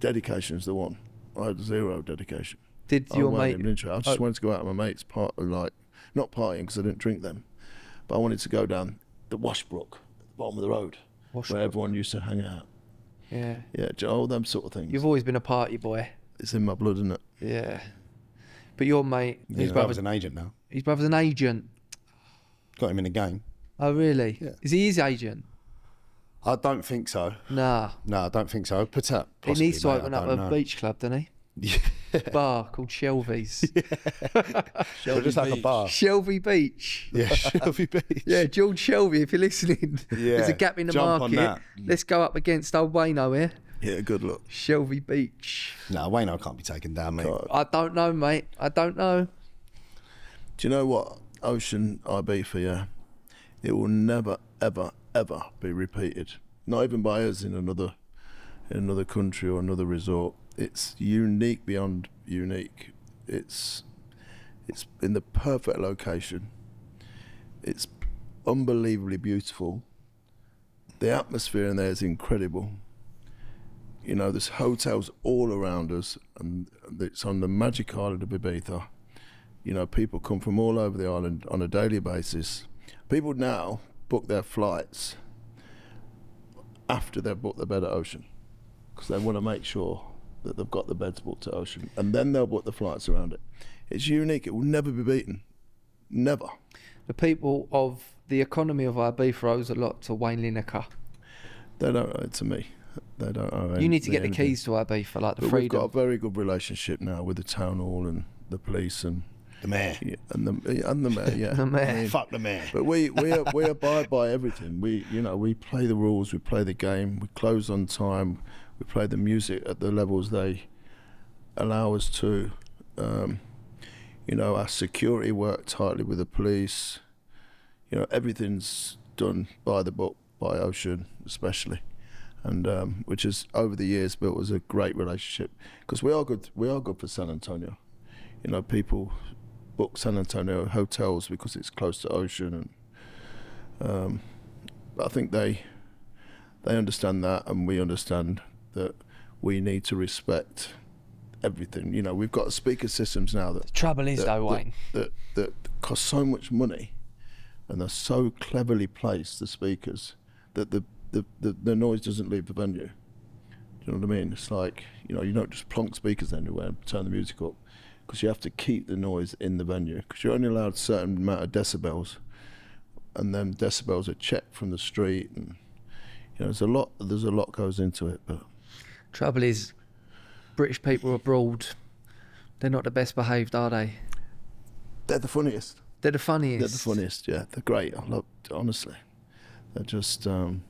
S8: dedication's the one. I had zero dedication.
S6: did
S8: I
S6: your
S8: weren't
S6: mate? Oh,
S8: even interested. I just wanted to go out with my mates, part like not partying because I didn't drink them, but I wanted to go down the Washbrook, at the bottom of the road, where everyone used to hang out.
S6: Yeah,
S8: Yeah, j- all them sort of things.
S6: you've always been a party boy.
S8: It's in my blood, isn't it?
S6: Yeah, but your mate, his brother's
S7: His brother's an agent now.
S6: his brother's an agent.
S7: Got him in the game.
S6: Oh, really?
S7: Yeah.
S6: Is he his agent?
S7: I don't think so.
S6: Nah.
S7: No, I don't think so. Put up.
S6: He
S7: Possibly,
S6: needs to
S7: mate, I
S6: open up a
S7: don't know.
S6: beach club, doesn't he? Bar called Shelby's.
S7: So just like a bar.
S6: Shelby Beach.
S7: Yeah, Shelby Beach.
S6: Yeah, George Shelby, if you're listening, there's a
S7: Yeah,
S6: gap in the
S7: jump on
S6: market.
S7: that.
S6: Let's go up against old Wayno here.
S8: Yeah, good luck.
S6: Shelby Beach.
S7: No, Wayne, I can't be taken down, mate.
S6: I don't know, mate. I don't know.
S8: Do you know what? Ocean IB for you. It will never, ever, ever be repeated. Not even by us in another in another country or another resort. It's unique beyond unique. It's it's in the perfect location. It's unbelievably beautiful. The atmosphere in there is incredible. You know, there's hotels all around us, and it's on the magic island of Ibiza you know, people come from all over the island on a daily basis. People now book their flights after they've booked their bed at Ocean because they want to make sure that they've got the beds booked at Ocean and then they'll book the flights around it. It's unique, it will never be beaten. Never.
S6: The people of the economy of Ibiza owes a lot to Wayne Lineker.
S8: They don't owe it to me. They don't owe
S6: You need to get the
S8: anything.
S6: keys to Ibiza, like the
S8: But we've got a
S6: freedom.
S8: very good relationship now with the town hall and the police and
S7: The mayor.
S8: and the and the mayor. Yeah,
S6: The mayor.
S7: Fuck the mayor.
S8: But we we we abide by everything. We you know we play the rules. We play the game. We close on time. We play the music at the levels they allow us to. Um, you know our security work tightly with the police. You know everything's done by the book. by Ocean especially, and um, which is over the years built as a great relationship because we are good. We are good for San Antonio. You know, people book San Antonio hotels because it's close to Ocean, and um, but I think they they understand that, and we understand that we need to respect everything. You know, we've got speaker systems now that
S6: Trouble is though,
S8: that,
S6: Wayne.
S8: that, that cost so much money and they're so cleverly placed, the speakers, that the, the, the, the noise doesn't leave the venue. Do you know what I mean? It's like, you know, you don't just plonk speakers anywhere and turn the music up because you have to keep the noise in the venue because you're only allowed a certain amount of decibels and then decibels are checked from the street and you know, there's a lot there's a lot goes into it but
S6: Trouble is, British people abroad, they're not the best behaved, are they?
S8: they're the funniest.
S6: They're the funniest.
S8: They're the funniest, yeah. They're great. I love, honestly. They're just, um,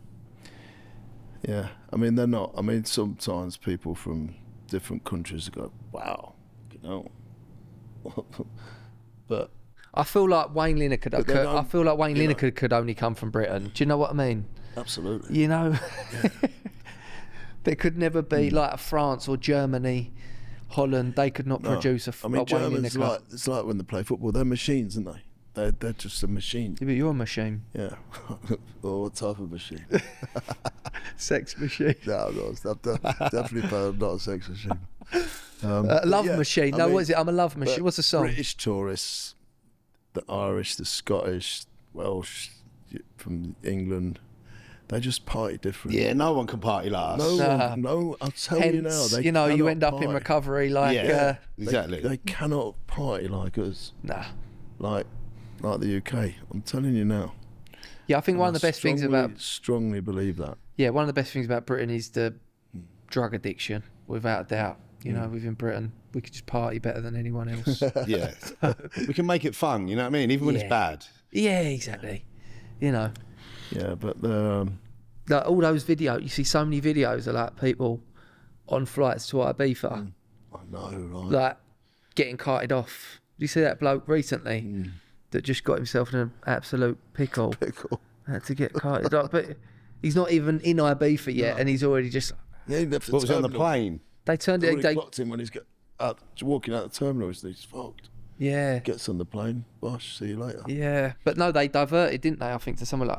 S8: yeah. I mean, they're not. I mean, sometimes people from different countries go, wow, you know. but
S6: I feel like Wayne Lineker. Could,
S8: then
S6: I
S8: I'm-
S6: feel like Wayne
S8: you know-
S6: Lineker could only come from Britain. Do you know what I mean?
S8: absolutely.
S6: You know, there could never be
S8: Hmm.
S6: like France or Germany, Holland. They could not
S8: No.
S6: produce a, f-
S8: Oh, I mean,
S6: a Wayne
S8: Germans,
S6: Lineker.
S8: like, it's like when they play football. They're machines, aren't they? They're, they're just a machine.
S6: Yeah, but you're a machine,
S8: Yeah. or what type of machine?
S6: sex machine,
S8: no, no, it's not, definitely not a sex machine. Um,
S6: a love
S8: yeah,
S6: machine.
S8: I
S6: No,
S8: mean-
S6: what is it? I'm a love machine.
S8: But
S6: What's the song?
S8: British tourists, the Irish, the Scottish, Welsh, y- from England, they just party different.
S7: Yeah, no one can party like us.
S8: No,
S6: Nah.
S8: one, no. I'll tell
S6: uh, Hence,
S8: you now. They
S6: you know, you
S8: cannot
S6: end up in
S8: party.
S6: recovery like
S7: yeah,
S6: uh,
S7: exactly.
S8: They cannot party like us,
S6: nah.
S8: like like the UK. I'm telling you now.
S6: Yeah, I think one of
S8: I
S6: the best things
S8: strongly-
S6: about
S8: strongly believe that.
S6: yeah, one of the best things about Britain is the drug addiction, without a doubt. You know, within Britain, we could just party better than anyone else.
S7: yeah. we can make it fun, you know what I mean? Even when
S6: Yeah.
S7: it's bad.
S6: yeah, exactly. You know,
S8: Yeah, but um,
S6: like all those videos, you see so many videos of like people on flights to Ibiza,
S8: I know, right?
S6: like getting carted off. You see that bloke recently that just got himself in an absolute pickle,
S8: Pickle.
S6: had to get carted off, but he's not even in Ibiza yet, and he's already just.
S8: Yeah, he left
S7: What was it on the
S8: terminal.
S7: plane?
S6: They turned
S8: They
S6: it. They,
S8: already clocked him when he's got out, walking out the terminal. He's fucked.
S6: yeah.
S8: Gets on the plane. Bosh. See you later.
S6: Yeah, but no, they diverted, didn't they? I think to somewhere like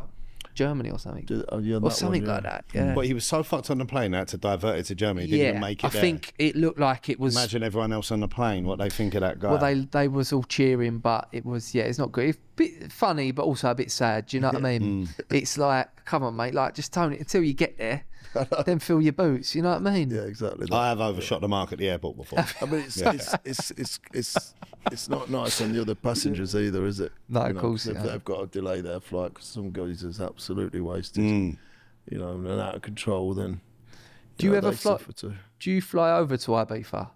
S6: Germany or something,
S8: Did- oh, yeah, that
S6: or
S8: one,
S6: something
S8: yeah.
S6: like that. Yeah,
S7: But he was so fucked on the plane they had to divert it to Germany. Didn't
S6: yeah.
S7: even make it
S6: I
S7: there.
S6: think it looked like it was.
S7: Imagine everyone else on the plane, what they think of that guy.
S6: Well, they they was all cheering, but it was yeah, it's not good. It's a bit funny, but also a bit sad. Do you know what
S7: Mm.
S6: I mean? It's like, come on, mate, like just tone it until you get there, then fill your boots. You know what I mean?
S8: Yeah, exactly. that.
S7: I have overshot the mark at the airport before.
S8: I mean, it's, it's, it's, it's, it's, it's not nice on the other passengers either, is it?
S6: No, of
S8: know,
S6: course
S8: 'cause They've,
S6: it ain't.
S8: they've got to delay their flight because some guys is absolutely wasted, you know, and out of control. Then
S6: Do you
S8: know,
S6: ever
S8: they
S6: fly-
S8: suffer too.
S6: Do you fly over to Ibiza?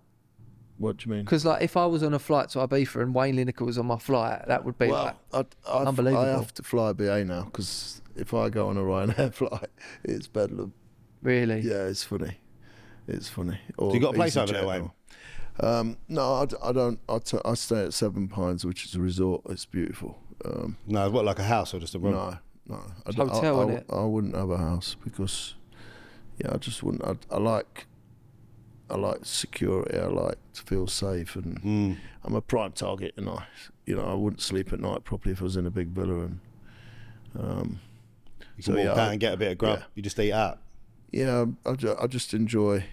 S8: What do you mean?
S6: Because like, if I was on a flight to Ibiza and Wayne Lineker was on my flight, that would be like,
S8: Well, I, I,
S6: Unbelievable.
S8: I have to fly BA now because if I go on a Ryanair flight, it's bedlam.
S6: really.
S8: Yeah, it's funny. It's funny. Or
S7: you got a place
S8: EasyJet
S7: over there, Wayne?
S8: or- Um, no, I, d- I don't. I, t- I stay at Seven Pines, which is a resort. It's beautiful. Um,
S7: no, what, like a house or just a room?
S8: no, no. I, d-
S6: hotel,
S8: I,
S6: innit?
S8: I, I wouldn't have a house because, yeah, I just wouldn't. I, I like, I like security. I like to feel safe, and
S7: Hmm.
S8: I'm a prime target. And I, you know, I wouldn't sleep at night properly if I was in a big villa. And um,
S7: You can
S8: So,
S7: walk
S8: yeah,
S7: out
S8: I-
S7: and get a bit of grub.
S8: yeah.
S7: You just eat out.
S8: yeah, I, ju- I just enjoy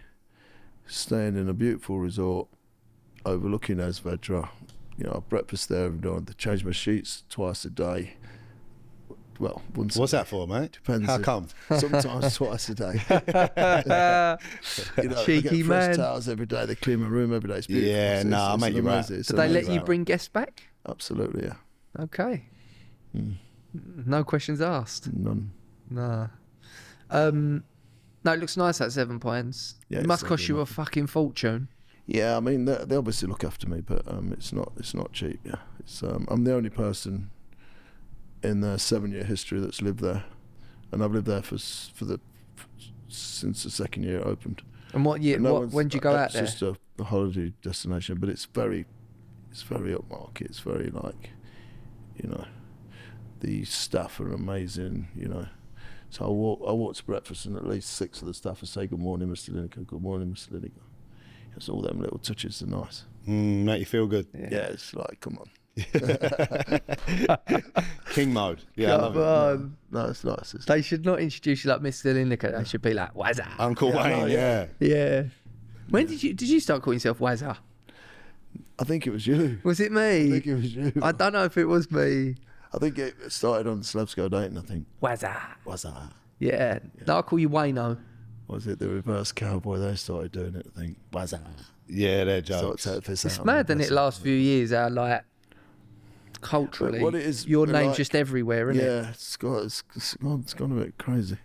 S8: staying in a beautiful resort overlooking Esvedra. You know, I breakfast there every day. I change my sheets twice a day. Well, once
S7: What's that for, mate?
S8: Depends
S7: How
S8: if-
S7: come?
S8: Sometimes twice a day.
S6: Uh,
S8: you know, I
S6: Cheeky
S8: get fresh
S6: man.
S8: towels every day. They clean my room every day. It's beautiful.
S7: Yeah,
S8: It's-
S7: nah,
S8: it's-
S7: mate,
S8: it's
S7: you're right.
S8: amazing. It's
S6: Do they let
S8: amazing.
S6: you bring guests back?
S8: Absolutely, yeah.
S6: Okay.
S8: Hmm.
S6: No questions asked.
S8: None.
S6: No. Um, no, it looks nice at seven points.
S8: Yeah,
S6: it
S8: it's
S6: must
S8: not
S6: cost
S8: good
S6: you a
S8: enough.
S6: fucking fortune.
S8: Yeah, I mean they, they obviously look after me, but um, it's not it's not cheap. Yeah, it's um, I'm the only person in their seven year history that's lived there, and I've lived there for s- for the f- since the second year it opened.
S6: And what year?
S8: And no
S6: what,
S8: one's-
S6: when do you go out
S8: it's
S6: there?
S8: just a, a holiday destination, but it's very it's very upmarket. It's very like you know the staff are amazing. You know, So I walk, I walk to breakfast, and at least six of the staff will say, "Good morning, Mr. Lineker. Good morning, Mr. Lineker." It's all them little touches are nice.
S7: Mm, make you feel good.
S8: Yeah, it's like, come on.
S7: King mode. Yeah, I love
S8: Come
S7: it.
S8: on. No, it's nice. It's
S6: Uh, They should not introduce you like Mr. Lineker. They should be like Wazza.
S8: Um,
S7: Uncle
S8: I know,
S7: Wayne. Yeah.
S8: yeah.
S6: yeah. When did you did you start calling yourself Wazza?
S8: I think it was you.
S6: Was it
S8: I
S6: me?
S8: think it was you.
S6: I don't know if it was me.
S8: I think it started on Slavsko dating. I think
S6: Wazza.
S8: was that
S6: Yeah. No, I'll call you Wayno.
S8: was it the reverse cowboy? They started doing it. I think was that
S7: Yeah, they're
S8: started
S7: jokes.
S8: taking the piss
S6: It's
S8: out of
S6: mad, than it?
S8: person.
S6: Last few years, how like culturally,
S8: But what it is,
S6: your
S8: we're
S6: name's
S8: like-
S6: just everywhere, isn't it?
S8: Yeah, it's got it's, it's gone it's gone a bit crazy.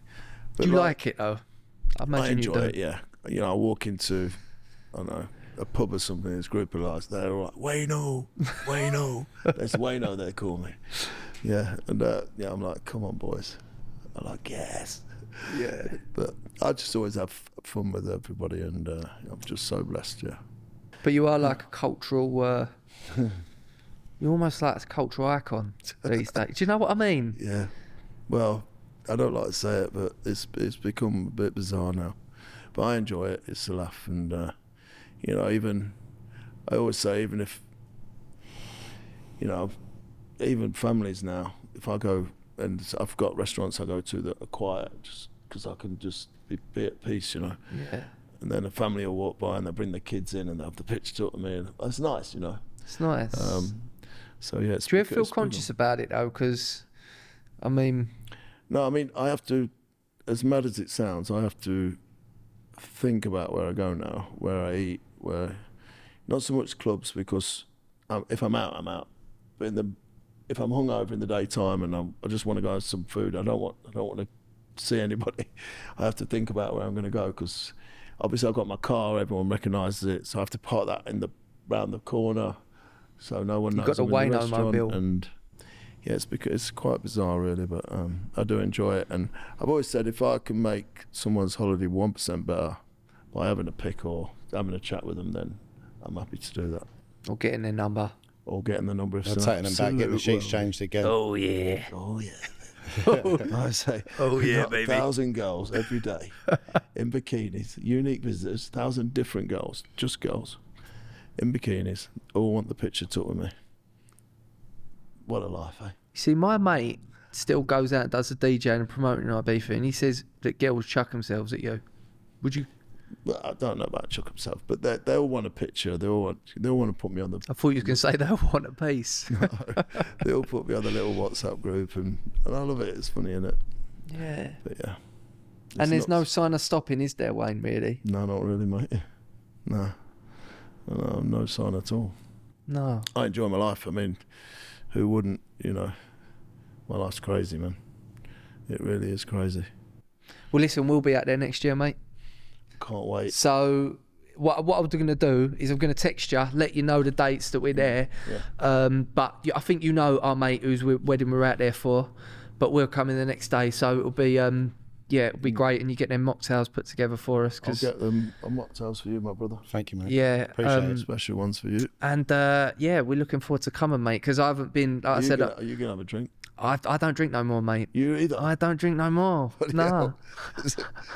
S8: But
S6: Do you like, it though? I imagine
S8: I enjoy
S6: you do.
S8: it. Yeah, you know, I walk into, I don't know, a pub or something. This group of lads, they're all like Wayno, Wayno. That's Wayno they call me. Yeah, and uh, yeah, I'm like, come on, boys. I'm like, yes. Yeah, but I just always have f- fun with everybody, and uh, I'm just so blessed. Yeah,
S6: But you are like a cultural. Uh, you're almost like a cultural icon these days. Do you know what I mean?
S8: yeah. Well, I don't like to say it, but it's it's become a bit bizarre now. But I enjoy it. It's a laugh, and uh, you know, even I always say, even if you know, even families now, if I go and I've got restaurants I go to that are quiet, just because I can just be, be at peace, you know.
S6: Yeah.
S8: And then a family will walk by and they bring their kids in and they have the picture talk to me, and it's nice, you know.
S6: It's nice.
S8: Um, so yeah, it's
S6: Do you ever
S8: becau-
S6: feel
S8: it's become-
S6: conscious about it though? Because, I mean,
S8: No, I mean I have to. As mad as it sounds, I have to think about where I go now, where I eat, where. Not so much clubs because um, if I'm out, I'm out. But in the if I'm hungover in the daytime and I'm, I just want to go have some food, I don't want I don't want to see anybody. I have to think about where I'm going to go because obviously I've got my car. Everyone recognises it, so I have to park that in the round the corner, so no one knows.
S6: got the
S8: I'm in
S6: Wayno
S8: restaurant
S6: mobile.
S8: and yeah, it's because it's quite bizarre, really, but um, I do enjoy it. And I've always said if I can make someone's holiday one percent better by having a pick or having a chat with them, then I'm happy to do that.
S6: or getting their number.
S8: Or getting the number of
S7: I'm taking them back, getting the sheets changed again.
S6: Oh yeah.
S8: Oh yeah. I say, oh yeah, baby. Thousand girls every day in bikinis. Unique visitors, thousand different girls, just girls in bikinis. All want the picture took with me. What a life, eh?
S6: See, my mate still goes out and does the DJ and promoting in Ibiza, and he says that girls chuck themselves at you. Would you?
S8: Well, I don't know about Chuck himself, but they they all want a picture. They all want they all want to put me on the
S6: I thought you was going to say they want a piece.
S8: they all put me on the little WhatsApp group, and, and I love it. It's funny, isn't it?
S6: yeah.
S8: But yeah,
S6: And there's no
S8: nuts.
S6: sign of stopping, is there, Wayne? Really?
S8: no, not really, mate. No, no, no sign at all.
S6: No.
S8: I enjoy my life. I mean, who wouldn't? You know, my life's crazy, man. It really is crazy.
S6: Well, listen, we'll be out there next year, mate.
S8: Can't wait.
S6: So what what I'm going to do is I'm going to text you, let you know the dates
S8: Mm.
S6: that we're there. Um, but you- I think you know our mate whose we- wedding we're out there for. But we'll come in the next day, so it'll be um, yeah, it'll be great, and you get them mocktails put together for us.
S8: Mm. I'll
S6: 'cause-
S8: get them. I'm mocktails for you, my brother.
S7: Thank you, mate.
S6: yeah,
S7: Appreciate
S6: um,
S7: it.
S8: Special ones for you.
S6: and uh, yeah, we're looking forward to coming, mate. Because I haven't been, like I
S8: you
S6: said,
S8: gonna, are you gonna have a drink?
S6: I, I don't drink no more, mate.
S8: You either.
S6: I don't drink no more.
S8: Bloody
S6: No,
S8: hell.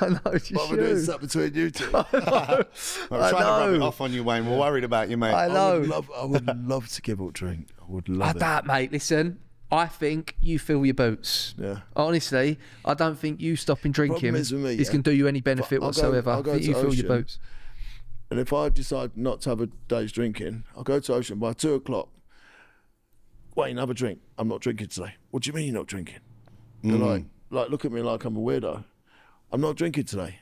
S6: I know it's just
S8: What we're doing
S6: you.
S8: is that between you two.
S7: I'm trying to rub it
S6: know.
S7: off on you, Wayne. We're worried about you, mate.
S6: I
S8: I
S6: know.
S8: would love, I would love to give up drink. I would
S6: I
S8: love it.
S6: don't, mate. Listen, I think you fill your boots.
S8: Yeah.
S6: Honestly, I don't think you stopping drinking
S8: is with me,
S6: is
S8: yeah.
S6: going to do you any benefit
S8: I'll go-
S6: whatsoever.
S8: I'll go
S6: I think
S8: to
S6: you fill your
S8: Ocean.
S6: boots.
S8: And if I decide not to have a day's drinking, I'll go to Ocean by two o'clock. Wayne, have a drink. I'm not drinking today. What do you mean you're not drinking? They're like, like, look at me like I'm a weirdo. I'm not drinking today.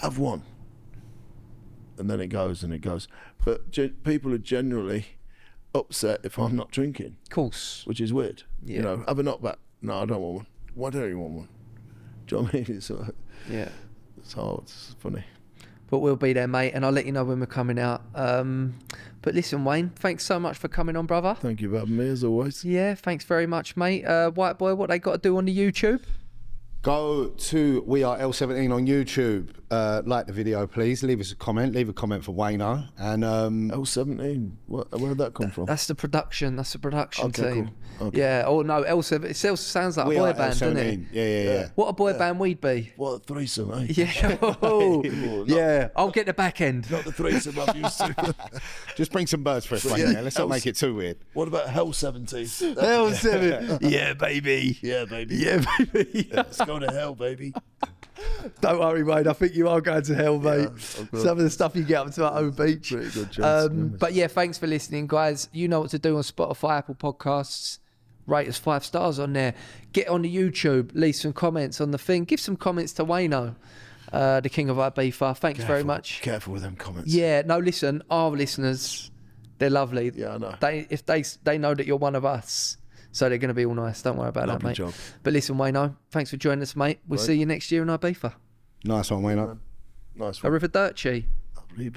S8: Have one. And then it goes and it goes. But gen- people are generally upset if I'm not drinking.
S6: Of course.
S8: which is weird.
S6: Yeah.
S8: You know, have a knockback. No, I don't want one. Why don't you want one? Do you know what I mean? It's, uh,
S6: Yeah.
S8: it's hard. It's funny.
S6: But we'll be there, mate, and I'll let you know when we're coming out. Um, but listen, Wayne, thanks so much for coming on, brother.
S8: Thank you for having me as always.
S6: Yeah, thanks very much, mate. Uh, White boy, what they got to do on the YouTube?
S7: Go to We Are L17 on YouTube. Uh, like the video, please. Leave us a comment. Leave a comment for Wayno. And um,
S8: L17. What, where did that come from?
S6: That's the production. That's the production
S8: Okay,
S6: team.
S8: cool. Okay.
S6: Yeah. Or no, L7. It still sounds like a
S7: We
S6: boy
S7: Are
S6: band, doesn't it?
S7: L17. Yeah, yeah, yeah.
S6: What a boy band we'd be.
S8: what a threesome, eh?
S6: Yeah.
S7: Yeah.
S6: I'll get the back end.
S8: Not the threesome I'm used to.
S7: Just bring some birds for us, mate.
S8: Yeah.
S7: yeah. Let's not make it too weird.
S8: what about Hell 17?
S6: L7. yeah, baby.
S8: yeah, baby.
S6: Yeah, baby.
S8: Let's go to hell, baby.
S6: Don't worry, mate. I think you are going to hell, mate.
S8: I've got-
S6: Some of the stuff you get up to at home beach.
S8: pretty good chance, to be
S6: um,
S8: honest.
S6: but yeah, thanks for listening, guys. You know what to do on Spotify, Apple Podcasts. Rate us five stars on there. Get on the YouTube. Leave some comments on the thing. Give some comments to Wayno, uh, the king of Ibiza. Thanks very much.
S8: Careful with them comments.
S6: Yeah, no, listen, our listeners, they're lovely.
S8: Yeah, I know.
S6: They if they they know that you're one of us, so they're gonna be all nice. Don't worry about
S8: Lovely
S6: that, mate.
S8: job.
S6: But listen, Wayno, thanks for joining us, mate. We'll see you next year in Ibiza.
S7: Nice one, Wayno.
S8: Nice one.
S6: Arrivederci.